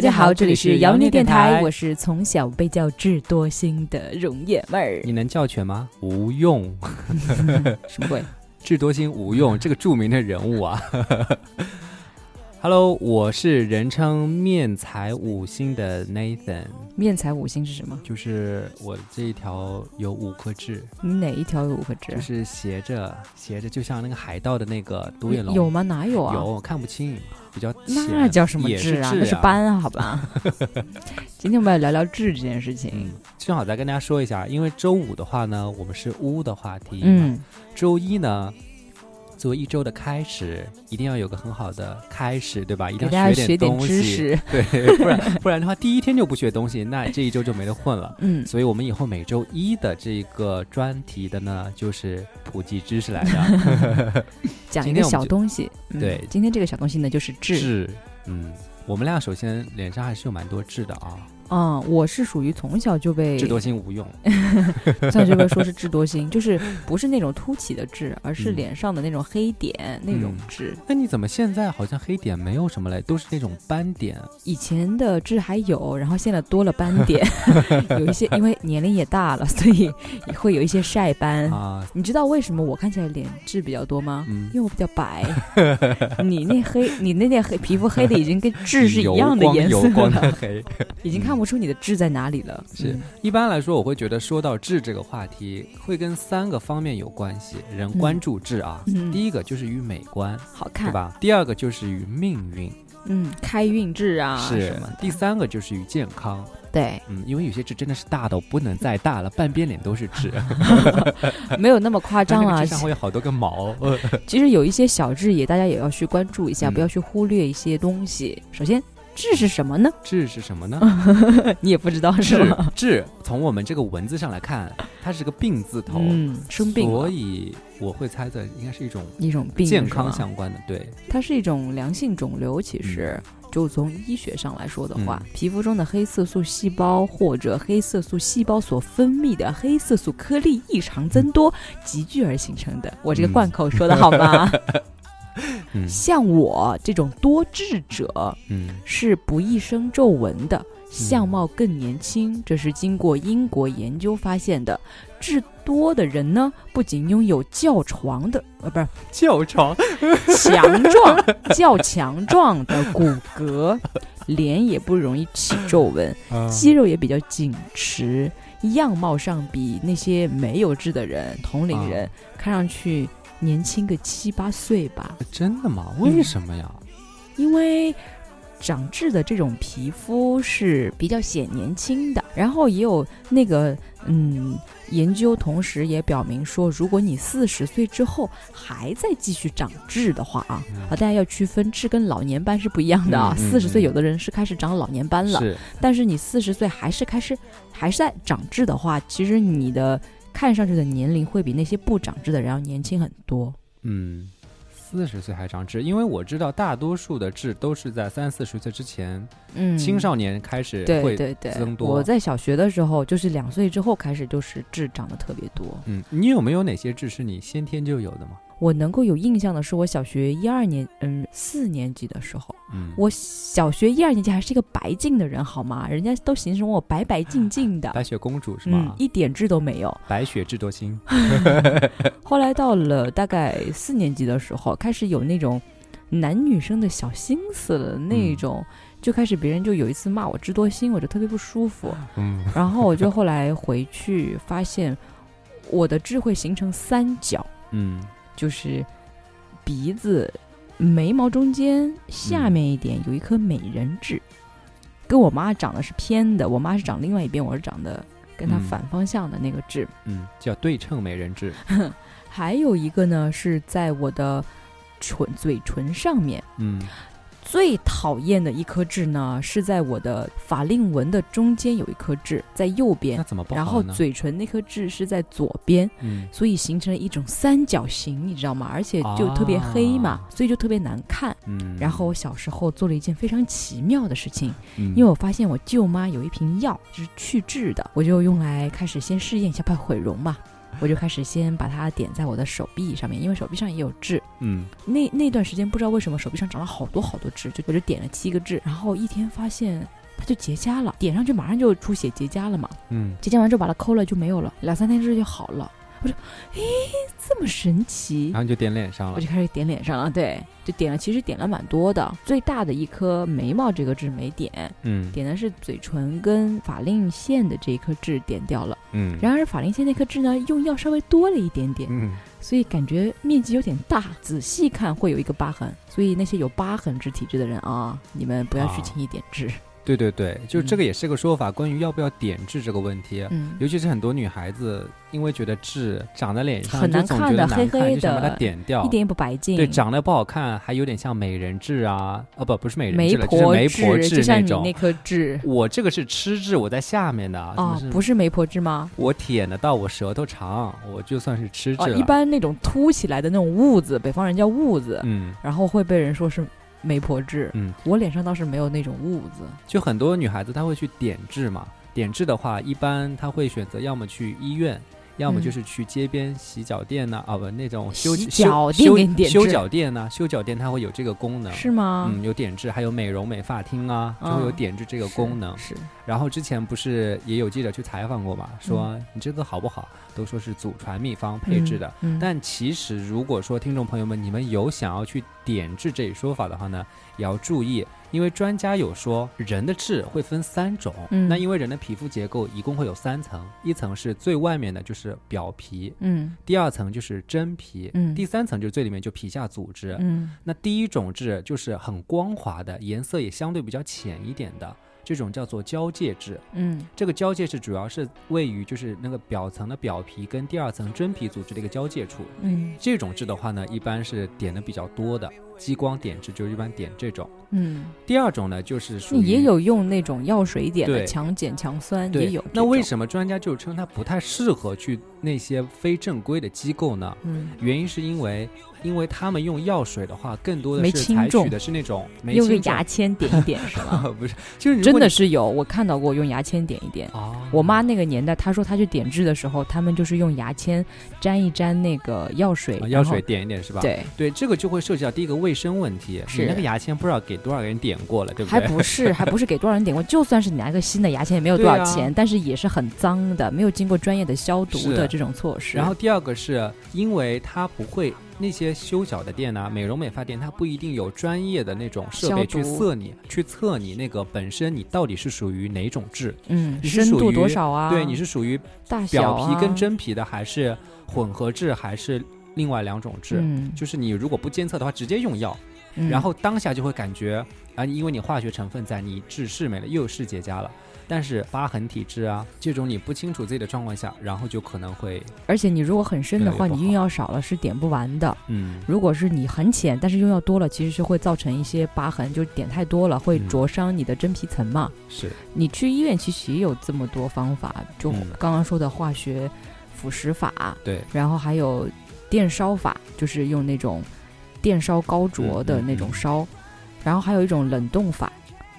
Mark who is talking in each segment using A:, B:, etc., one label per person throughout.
A: 家好，这里是妖孽电
B: 电
A: 台，
B: 台
A: 我是从小被叫智多星的容野妹儿。
B: 你能叫全吗？无用，
A: 什么鬼？
B: 智多星无用，这个著名的人物啊。Hello，我是人称面才五星的 Nathan，
A: 面才五星是什么？
B: 就是我这一条有五颗痣，
A: 你哪一条有五个痣
B: 就？是斜着斜着，就像那个海盗的那个独眼龙
A: 有？吗？哪有啊？
B: 有，看不清，比较
A: 那
B: 浅
A: 叫什么
B: 也是
A: 痣啊？
B: 痣
A: 那是
B: 啊
A: 斑啊，好 吧。今天我们要聊聊痣这件事情
B: 嗯。，正好再跟大家说一下，因为周五的话呢，我们是污的话题，，
A: 嗯，
B: 周一呢，作为一周的开始，一定要有个很好的开始，对吧？一
A: 给
B: 定
A: 大家
B: 要
A: 学
B: 点
A: 点
B: 东
A: 知
B: 西，
A: 识。
B: 对，不然不然的话，第一天就不学东西，那这一周就没得混了。
A: 嗯，
B: 所以我们以后每周一的这个专题的呢，就是普及知识来的
A: 讲一
B: 今
A: 个
B: 天我们
A: 小
B: 就
A: 东西。嗯
B: 对
A: 今天这个小东西呢， 就是痣。
B: 痣。嗯，我们俩首先脸上还是有蛮多痣的啊，
A: 嗯，我是属于从小就被
B: 痣多星无用。 哎
A: 算是被说是痣多星，就是不是那种凸起的痣，而是
B: 嗯
A: 脸上的那种黑点那种
B: 嗯
A: 痣。
B: 那你怎么现在好像黑点没有什么嘞，都是那种斑点？
A: 以前的痣还 有，然后现在多了斑点，有一些因为年龄也大了，所以也会有一些晒斑。
B: 啊，
A: 你知道为什么我看起来脸痣比较多吗？
B: 嗯
A: 因为我比较 白，你那黑，你那点黑皮肤黑的已经跟痣是一
B: 油
A: 样的
B: 光
A: 颜
B: 油
A: 色
B: 光的
A: 了，
B: 黑。
A: 已经看不出你的痣在哪里了。
B: 是
A: 嗯
B: 一般来说，我会觉得说到痣这个话题，会跟三个方面有关系。人
A: 嗯
B: 关注痣啊，
A: 嗯
B: 第一个就是与美观，
A: 好
B: 对
A: 看，
B: 吧？第二个就是与命运，
A: 嗯，开运痣啊
B: 是
A: 什么的。
B: 第三个就是与健康，
A: 对，
B: 嗯，因为有些痣真的是大到不能再大了，半边脸都是痣，
A: 没有那么夸 张
B: 那
A: 啊
B: 个痣。上会有好多根毛。 呃
A: 其实有一些小痣也，大家也要去关注一下，
B: 嗯
A: 不要去忽略一些东西。首先，痣是什么呢？
B: 痣是什么呢？
A: 嗯你也不知道是吗？
B: 痣痣，从我们这个文字上来看，它是个病字头，
A: 嗯，生病
B: 所
A: 了
B: 以我会猜测应该是一种
A: 一种病，
B: 健
A: 是
B: 康
A: 吗
B: 相关的，对。
A: 它是一种良性肿瘤，其实。就从医学上来说的话，
B: 嗯
A: 皮肤中的黑色素细胞或者黑色素细胞所分泌的黑色素颗粒异常增多，集聚而形成的。我这个
B: 嗯
A: 贯口说的好 吗？
B: 嗯
A: 像我这种多痣者
B: 嗯，
A: 是不易生皱纹的，相貌更年轻，这是经过英国研究发现的。痣多的人呢，不仅拥有较长的，呃，不是
B: 叫床
A: 强壮、较强壮的骨骼，脸也不容易起皱纹，
B: 嗯
A: 肌肉也比较紧实，样貌上比那些没有痣的人、同龄人、看上去年轻个七八岁吧。
B: 真的吗？为什么
A: 嗯
B: 呀？
A: 因为长痣的这种皮肤是比较显年轻的，然后也有那个嗯，研究同时也表明说，如果你四十岁之后还在继续长痣的话啊。啊，
B: 嗯
A: 大家要区分痣跟老年斑是不一样的啊。
B: 嗯嗯
A: 四十岁
B: 嗯
A: 有的人是开始长老年斑了，
B: 是，
A: 但是你四十岁还是开始还是在长痣的话，其实你的看上去的年龄会比那些不长痣的人要年轻很多。
B: 嗯，四十岁还长痣，因为我知道大多数的痣都是在三四十岁之前，
A: 嗯，
B: 青少年开始
A: 对
B: 会。
A: 对对
B: 增，多
A: 我在小学的时候，就是两岁之后开始，就是痣长得特别多。
B: 嗯，你有没有哪些痣是你先天就有的吗？
A: 我能够有印象的是，我小学一二年，嗯，四年级的时候，
B: 嗯，
A: 我小学一二年级还是一个白净的人，好吗？人家都形容我白白净净的，
B: 白雪公主是
A: 嗯
B: 吗，？
A: 一点痣都没有。
B: 白雪智多星，
A: 后来到了大概四年级的时候，开始有那种男女生的小心思了，
B: 嗯
A: 那种、就开始别人就有一次骂我智多星，我就特别不舒服。
B: 嗯，
A: 然后我就后来回去发现，我的痣会形成三角，
B: 嗯，
A: 就是鼻子、眉毛中间下面一点有一颗美人痣，跟我妈长得是偏的，我妈是长另外一边，我是长的跟她
B: 嗯
A: 反方向的那个痣。
B: 嗯，叫对称美人痣，
A: 还有一个呢是在我的唇嘴唇上面。
B: 嗯，
A: 最讨厌的一颗痣呢，是在我的法令纹的中间有一颗痣，在右边
B: 那，怎么不
A: 然
B: 好
A: 后
B: 呢？
A: 嘴唇那颗痣是在左边。
B: 嗯，
A: 所以形成了一种三角形，你知道吗？而且就特别黑嘛，
B: 啊
A: 所以就特别难看。
B: 嗯，
A: 然后我小时候做了一件非常奇妙的事情，
B: 嗯，
A: 因为我发现我舅妈有一瓶药，就是去痣的，我就用来开始先试验一下怕毁容嘛。我就开始先把它点在我的手臂上面，因为手臂上也有痣。
B: 嗯，
A: 那那段时间不知道为什么手臂上长了好多好多痣，就我就点了七个痣，然后一天发现它就结痂了，点上去马上就出血结痂了嘛，
B: 嗯，
A: 结痂完之后把它抠了就没有了，两三天之后就好了。我说，诶，这么神奇
B: 然，后你就点脸上
A: 我
B: 了
A: 就。开始点脸上了，对，就点了，其实点了蛮多的，最大的一颗眉毛这个痣没点，
B: 嗯
A: 点的是嘴唇跟法令线的这一颗痣点掉了，
B: 嗯，
A: 然而法令线那颗痣呢，用药稍微多了一点点，
B: 嗯
A: 所以感觉面积有点大，仔细看会有一个疤痕。所以那些有疤痕痣体质的人啊，你们不要去
B: 啊
A: 轻易点痣。
B: 对对对，就是
A: 嗯
B: 这个也是个说法，关于要不要点痣这个问题。啊
A: 嗯，
B: 尤其是很多女孩子，因为觉得痣长在脸上
A: 很难
B: 就总
A: 看
B: 觉
A: 的
B: 得难
A: 黑黑
B: 就想把它
A: 的
B: 点掉，
A: 一点也不白净。
B: 对，长得不好看，还有点像美人痣啊，啊不，不是美人痣了，就是
A: 婆
B: 媒婆
A: 痣，就
B: 痣
A: 像你
B: 种
A: 那。颗痣
B: 我这个是吃痣，我在下面的啊
A: 啊，
B: 怎么
A: 不
B: 是
A: 是媒婆痣吗？
B: 我舔得到我舌头长，我就算是吃
A: 啊，
B: 痣了。
A: 一般那种凸起来的那种痦子，北方人叫痦子，
B: 嗯，
A: 然后会被人说是媒婆痣。
B: 嗯，
A: 我脸上倒是没有那种痦子。
B: 就很多女孩子她会去点痣嘛，点痣的话，一般她会选择要么去医院。要么
A: 嗯
B: 就是去街边洗脚店呐、啊，不那种修
A: 洗
B: 修
A: 脚店
B: 修
A: 给你点
B: 修
A: 痣
B: 脚店呐、修脚店它会有这个功能，
A: 是吗？
B: 嗯，有点痣，还有美容美发厅啊，就会有
A: 嗯
B: 点痣这
A: 这
B: 个功能。
A: 是
B: 然后之前不是也有记者去采访过嘛，说你这个好不好，都说是祖传秘方配置的。，
A: 嗯嗯嗯
B: 但其实，如果说听众朋友们你们有想要去点痣这一说法的话呢，也要注意，因为专家有说人的痣会分三种。
A: 嗯
B: 那因为人的皮肤结构一共会有三层，一层是最外面的，就是表皮；
A: 嗯
B: 第二层就是真皮；
A: 嗯
B: 第三层就是最里面就皮下组织。
A: 嗯
B: 那第一种痣就是很光滑的，颜色也相对比较浅一点的，这种叫做交界痣。
A: 嗯
B: 这个交界痣主要是位于就是那个表层的表皮跟第二层真皮组织的一个交界处。
A: 嗯
B: 这种痣的话呢，一般是点的比较多的，激光点痣就是一般点这种。
A: 嗯。
B: 第二种呢，就是属
A: 那
B: 于
A: 嗯也有用那种药水点的
B: 对
A: 强碱强酸，
B: 对
A: 也有。
B: 那为
A: 么？
B: 什么专家就称它不太适合去那些非正规的机构呢？
A: 嗯，
B: 原因是因为，因为他们用药水的话，更多的
A: 没
B: 是
A: 轻
B: 采取
A: 重
B: 的是那种没
A: 用个
B: 轻 重
A: 牙签点一点是吗？
B: 不是，就是如
A: 真
B: 果
A: 的
B: 你
A: 是有，我看到过用牙签点一点。
B: 啊，
A: 我妈那个年代，她说她去点痣的时候，他们就是用牙签沾一沾那个药水，
B: 啊
A: 然
B: 药
A: 后
B: 水点一点是吧？
A: 对，
B: 对，这个就会涉及到第一个卫生问题。
A: 是
B: 你那个牙签不知道给多少个人点过了，对不
A: 还
B: 对？
A: 不是还不是给多少人点过，就算是你拿个新的牙签也没有多少
B: 对啊
A: 钱，但是也是很脏的，没有经过专业的消毒
B: 是
A: 的这种措施。
B: 然后第二个是因为它不会那些修脚的店呐、啊美容美发店，它不一定有专业的那种设备
A: 消
B: 去
A: 毒
B: 测你、去测你那个本身你到底是属于哪种痣。
A: 嗯，
B: 你是
A: 深
B: 属
A: 度多
B: 于
A: 少啊？
B: 对，你是属于
A: 大小
B: 表皮
A: 啊
B: 跟真皮的，还是混合痣，还是另外两种痣？
A: 嗯，
B: 就是你如果不监测的话，直接用药，
A: 嗯
B: 然后当下就会感觉啊，因为你化学成分在，你痣是没了，又有痣结痂了。但是疤痕体质啊，这种你不清楚自己的状况下，然后就可能会，
A: 而且你如果很深的
B: 越来越
A: 话，
B: 不
A: 你用药少了是点不完的。
B: 嗯，
A: 如果是你很浅，但是用药多了，其实是会造成一些疤痕，就是点太多了会
B: 嗯
A: 灼伤你的真皮层嘛。
B: 是，
A: 你去医院其实也有这么多方法，就
B: 嗯
A: 刚刚说的化学腐蚀法，
B: 对，
A: 然后还有电烧法，就是用那种电烧高灼的
B: 嗯嗯
A: 那种
B: 嗯
A: 烧，然后还有一种冷冻法，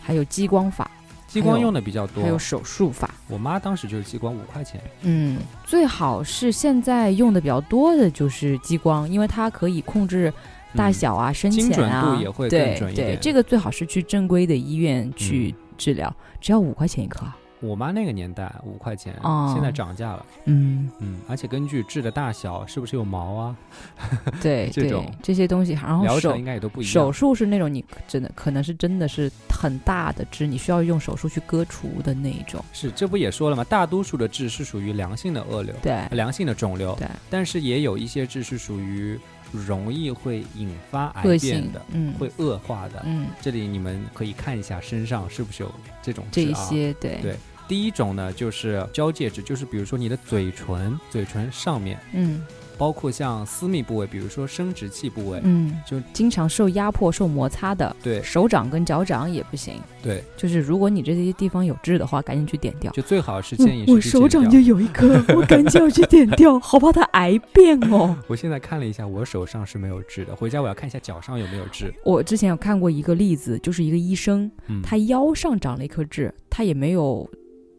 A: 还有激光法，
B: 激
A: 还
B: 光
A: 有
B: 用的比较
A: 还有
B: 多。
A: 手术法。
B: 我妈当时就是激光五块钱，
A: 嗯，最好是现在用的比较多的就是激光，因为它可以控制大
B: 嗯
A: 小啊、深
B: 精
A: 浅
B: 准
A: 啊，
B: 度也会更
A: 对
B: 准一
A: 对
B: 点，嗯
A: 这个最好是去正规的医院去治疗，只要五块钱一颗。啊
B: 我妈那个年代五块钱，
A: 哦
B: 现在涨价了。
A: 嗯，
B: 嗯，而且根据痣的大小是不是有毛啊，
A: 对
B: 这
A: 对
B: 种，
A: 这些东西，然后
B: 疗
A: 手
B: 程应该也都不一
A: 手
B: 样。
A: 术是那种你真的可能是真的是很大的痣，你需要用手术去割除的那一种。
B: 是，这不也说了吗？大多数的痣是属于良性的恶瘤，
A: 对，
B: 良性的肿瘤。
A: 对，
B: 但是也有一些痣是属于容易会引发癌
A: 恶
B: 变
A: 性
B: 的，，
A: 嗯，
B: 会恶化的。
A: 嗯，
B: 这里你们可以看一下身上是不是有这种
A: 这
B: 痣
A: 一
B: 啊。
A: 些对
B: 对第一种呢，就是交界痣，就是比如说你的嘴唇，嘴唇上面，
A: 嗯
B: 包括像私密部位，比如说生殖器部位，
A: 嗯，
B: 就
A: 经常受压迫、受摩擦的，
B: 对
A: 手掌跟脚掌也不行。
B: 对，
A: 就是如果你这些地方有痣的话，赶紧去点掉。
B: 就最好是建议
A: 我
B: 是
A: 嗯我
B: 去
A: 手掌
B: 剪掉
A: 就有一颗，我赶紧要去点掉， 好怕它癌变哦。
B: 我现在看了一下，我手上是没有痣的，回家我要看一下脚上有没有 痣。
A: 我之前有看过一个例子，就是一个医生，
B: 嗯，
A: 他腰上长了一颗痣，他也没有。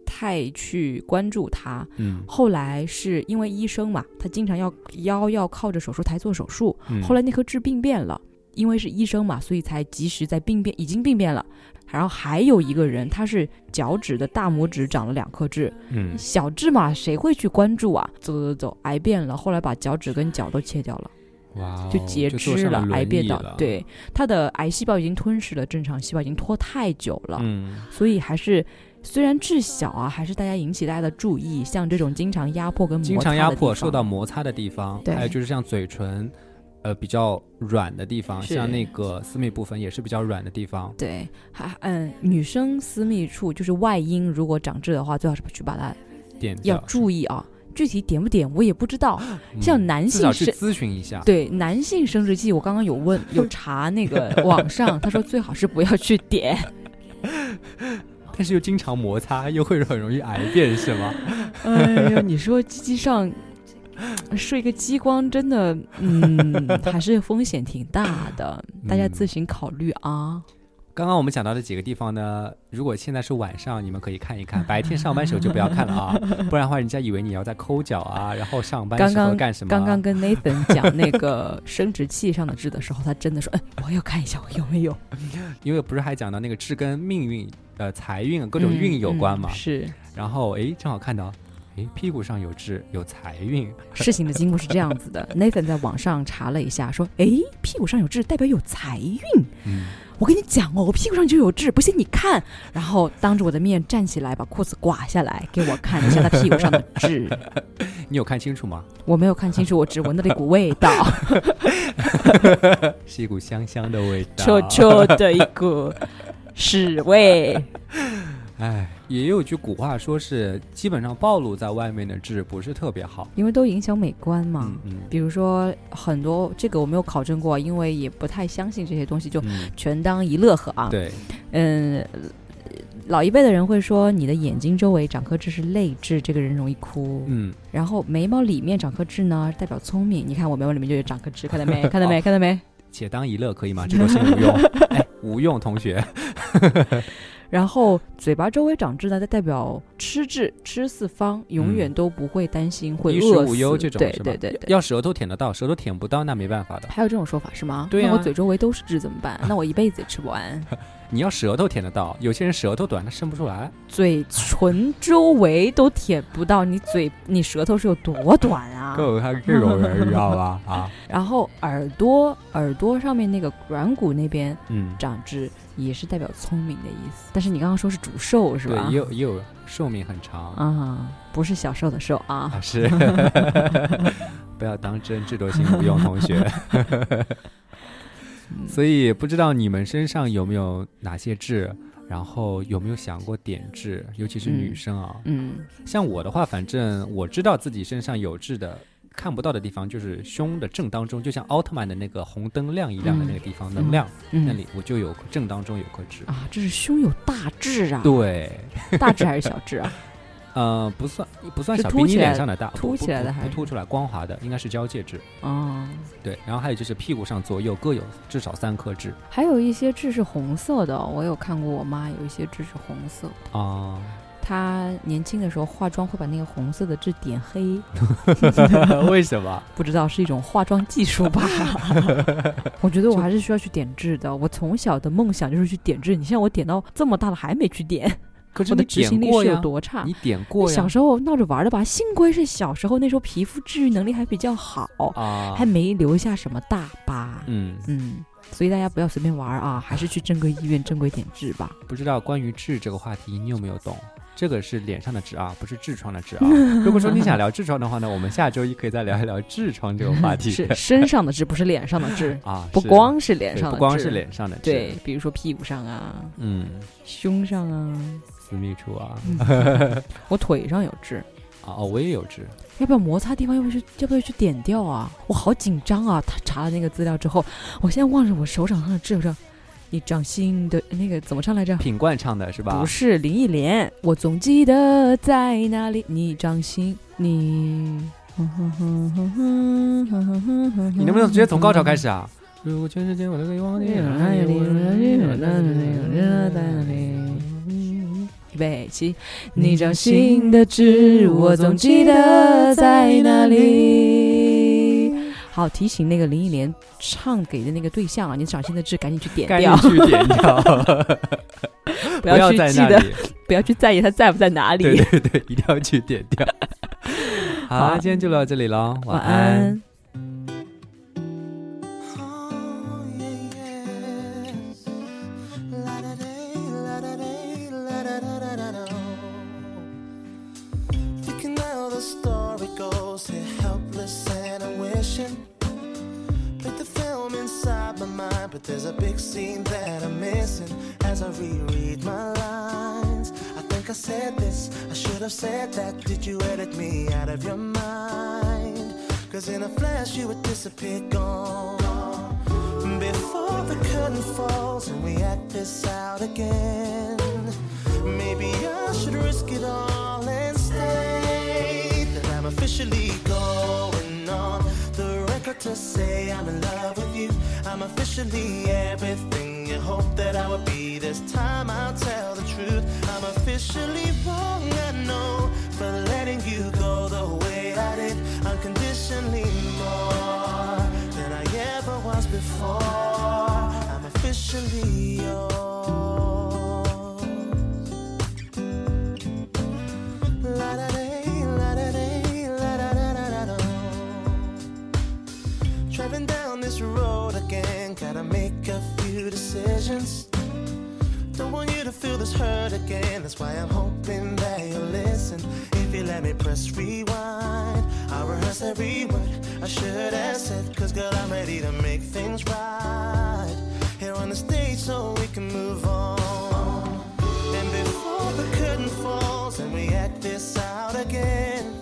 A: 太去关注他。
B: 嗯，
A: 后来是因为医生嘛，他经常要腰要靠着手术台做手术，
B: 嗯
A: 后来那颗痣病变了，因为是医生嘛，所以才及时在病变已经病变了。然后还有一个人，他是脚趾的大拇指长了两颗痣，
B: 嗯，
A: 小痣嘛，谁会去关注啊？走走走，癌变了，后来把脚趾跟脚都切掉了，
B: 哇哦，
A: 就截
B: 坐
A: 肢
B: 上
A: 了，
B: 轮
A: 癌变
B: 椅
A: 到
B: 了，
A: 对他的癌细胞已经吞噬了正常细胞，已经拖太久了，
B: 嗯，
A: 所以还是。虽然痣小啊，还是大家引起大家的注意。像这种经常压迫跟摩擦
B: 经常压
A: 的地
B: 迫受
A: 方
B: 到摩擦的地方，
A: 对
B: 还有就是像嘴唇，呃，比较软的地方，
A: 是
B: 像那个私密部分也是比较软的地方。
A: 对，还嗯，女生私密处就是外阴，如果长痣的话，最好是去把它
B: 点
A: 要
B: 掉
A: 注意啊。具体点不点我也不知道，像
B: 嗯
A: 男
B: 至少
A: 性
B: 去
A: 生
B: 咨询一下。
A: 对男性生殖器，我刚刚有问有查那个网上，他说最好是不要去点，
B: 但是又经常摩擦，又会很容易癌变，是吗？
A: 哎呦，你说鸡鸡上睡个激光，真的， 嗯，还是风险挺大的，大家自
B: 嗯
A: 行考虑啊。
B: 刚刚我们讲到的几个地方呢，如果现在是晚上，你们可以看一看；白天上班时候就不要看 了啊，不然的话，人家以为你要在抠脚啊，然后上班
A: 刚
B: 时候
A: 刚
B: 干什么？啊
A: 刚刚跟 Nathan 讲那个生殖器上的痣的时候，他真的说，嗯，我要看一下我有没有
B: 因为不是还讲到那个痣跟命运、呃财运、各种运有关嘛
A: 嗯嗯？是
B: 然后诶，正好看到，诶，屁股上有痣，有财运，
A: 事情的经过是这样子的，Nathan 在网上查了一下，说，哎，屁股上有痣代表有财运。
B: 嗯，
A: 我跟你讲哦，我屁股上就有痣，不信你看。然后当着我的面站起来，把裤子刮下来给我看一下他屁股上的痣。嗯
B: 你有看清楚吗？
A: 我没有看清楚，我只闻到了一股味道，
B: 是一股香香的味道。
A: 臭臭的一股屎味。
B: 哎，也有句古话说是，基本上暴露在外面的痣不是特别好。
A: 因为都影响美观嘛。
B: 嗯嗯
A: 比如说很多这个我没有考证过，因为也不太相信这些东西，就
B: 嗯，
A: 全当一乐呵啊。
B: 对，
A: 嗯，老一辈的人会说，你的眼睛周围长颗痣是泪痣，这个人容易哭。
B: 嗯，
A: 然后眉毛里面长颗痣呢，代表聪明。你看我眉毛里面就有长颗 痣，看到没？看到没？看到没？
B: 且当一乐可 以吗？这都是无用，哎，无用同学，
A: 然后嘴巴周围长痣呢，它代表吃痣，吃四方，永远都不会担心 会
B: 嗯衣
A: 饿死。
B: 食无忧这种
A: 对
B: 是吧？
A: 对对对。
B: 要舌头舔得到，舌头舔不到那没办法的。
A: 还有这种说法是吗？
B: 对
A: 那
B: 啊
A: 我嘴周围都是痣怎么办？那我一辈子也吃不完。
B: 你要舌头舔得到，有些人舌头短，他伸不出来。
A: 嘴唇周围都舔不到，你嘴你舌头是有多短啊？
B: 够他这种人，知 道吧？啊，
A: 然后耳朵耳朵上面那个软骨那边
B: 嗯，
A: 长痣，也是代表聪明的意思。但是你刚刚说是主寿是
B: 对，
A: 吧
B: 也？有也有寿命很长
A: 啊、不是小寿的寿啊。
B: 啊，是，不要当真，智多星无用，同学。
A: 嗯
B: 所以不知道你们身上有没有哪些痣，然后有没有想过点痣，尤其是女
A: 嗯
B: 生啊。
A: 嗯，
B: 像我的话，反正我知道自己身上有痣的。看不到的地方就是胸的正当中，就像奥特曼的那个红灯亮一亮的那个地方，能量、
A: 嗯
B: 那里我就有正当中有颗痣。
A: 啊，这是胸有大痣啊，
B: 对，
A: 大痣还是小 痣啊？
B: 呃，不算不算
A: 是
B: 小，
A: 凸
B: 比你
A: 起来
B: 脸
A: 的
B: 上的大，
A: 凸
B: 不
A: 起
B: 不
A: 来的
B: 不
A: 还
B: 不
A: 是
B: 凸出来，光滑的，应该是交界痣。
A: 哦，
B: 对，然后还有就是屁股上左右各有至少三颗痣
A: 还有一些痣是红色的，我有看过我妈有一些痣是红色的。
B: 啊，
A: 她年轻的时候化妆会把那个红色的痣点黑，
B: 为什么？
A: 不知道是一种化妆技术 吧？我觉得我还是需要去点痣的。我从小的梦想就是去点痣，你像我点到这么大了还没去 点，
B: 可是
A: 我的
B: 你
A: 执
B: 点
A: 行力
B: 过
A: 是有
B: 呀，
A: 多差？
B: 你点过呀
A: 小时候闹着玩的吧，幸亏是小时候，那时候皮肤治愈能力还比较好，
B: 啊，
A: 还没留下什么大疤。
B: 嗯，
A: 嗯，所以大家不要随便玩啊，还是去正规医院正规点痣 吧。
B: 不知道关于痣这个话题你有没有懂？这个是脸上的痣啊，不是痔疮 的痣啊。如果说你想聊痔疮的话呢，我们下周一可以再聊一聊痔疮这个话题。，
A: 是身上的痣，不是脸上的痣
B: 啊，
A: 不
B: 是
A: 光是脸
B: 对
A: 上的痣，
B: 不光是，脸上的痣，
A: 对，，比如说屁股上啊，
B: 嗯，
A: 胸上啊，
B: 私密处啊，
A: 嗯我腿上有痣。
B: 啊哦，我也有痣，
A: 要不要摩擦地方？要不要去？要不要去点掉啊？我好紧张啊！他查了那个资料之后，我现在望着我手掌上的痣，我说：“你掌心的那个怎么唱来着？”
B: 品冠唱的是吧？
A: 不是林忆莲，我总记得在哪里，你掌心，你。 你
B: 你能不能直接从高潮开？始啊？哎如果全世界我都
A: 哎
B: 可以忘记你。
A: 背起你掌心的痣，我总记得在哪里。好，提醒那个林忆莲唱给的那个对象啊，你掌心的痣赶紧去点
B: 赶
A: 掉，
B: 紧去点掉，
A: 不
B: 不
A: 要去
B: 在
A: 记
B: 那
A: 得，
B: 里，
A: 不要去在意它在不在哪里。
B: 对对对，一定要去点掉。 好
A: 好
B: 啊，今天就到这里了，
A: 晚
B: 安
A: 安。。
C: Oh yeah, yes. La da day, la da day, la da da da da da. You can know the story goes here, helpless and I'm wishing. Put the film inside my mind, but there's a big scene that I'm missing. As I reread my lines, I think I said this, I should have said that. Did you edit me out of your mind? Cause in a flash you would disappear, gone. Before the curtain falls and we act this out again, maybe I should risk it all and stay. That I'm officially going on the record to say I'm in love with you. I'm officially everything you hope that I would be. This time I'll tell the truth. I'm officially wrong, I know, for letting you go the way I did. Unconditionally more than I ever was before. I'm officially yours. La da day, la da day, la da da da da da. Driving down this road again, gotta make a few decisions. Don't want you to feel this hurt again, that's why I'm hoping that you'll listen. If you let me press rewind, I'll rehearse every word I should have said, cause girl, I'm ready to make things right. Here on the stage, so we can move on. And before the curtain falls and we act this out again.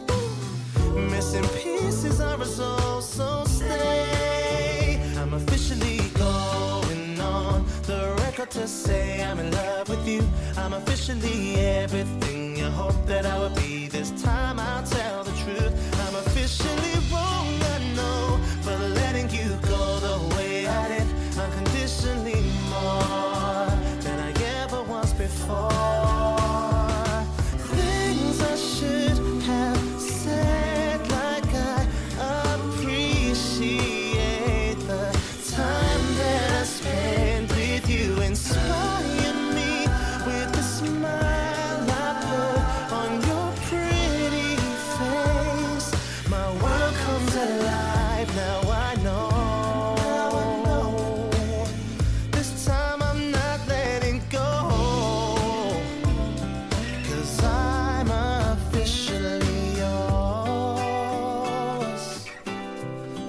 C: Missing pieces are resolved, so stay. I'm officially going on the record to say I'm in love with you. I'm officially everything you hope that I would be. This time I'll tell the truth. I'm officially wrong, I know, for letting you go the way I did. Unconditionally more than I ever was before. Things I should have said, like I appreciate the time that I spent with you. Inspired me with the smile I put on your pretty face. My world comes alive now. I know. This time I'm not letting go. Cause I'm officially yours.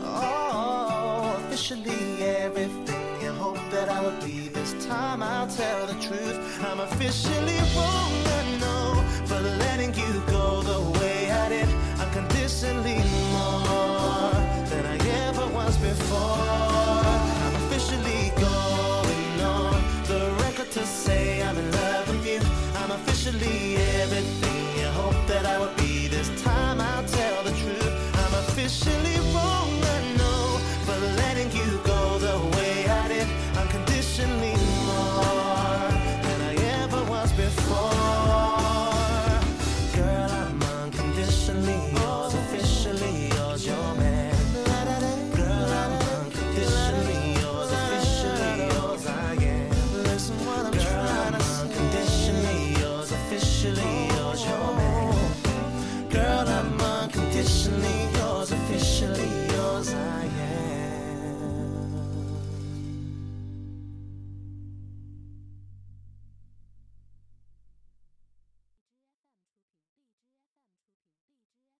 C: Oh, officially everything you hope that I would be. This time I'll tell the truth. I'm officially wrong, I know, for letting you go the way I did. Unconditionally more than I ever was before. I'm officially going on the record to say I'm in love with you. I'm officially everything you hope that I would be. This time I'll tell the truth. I'm officially.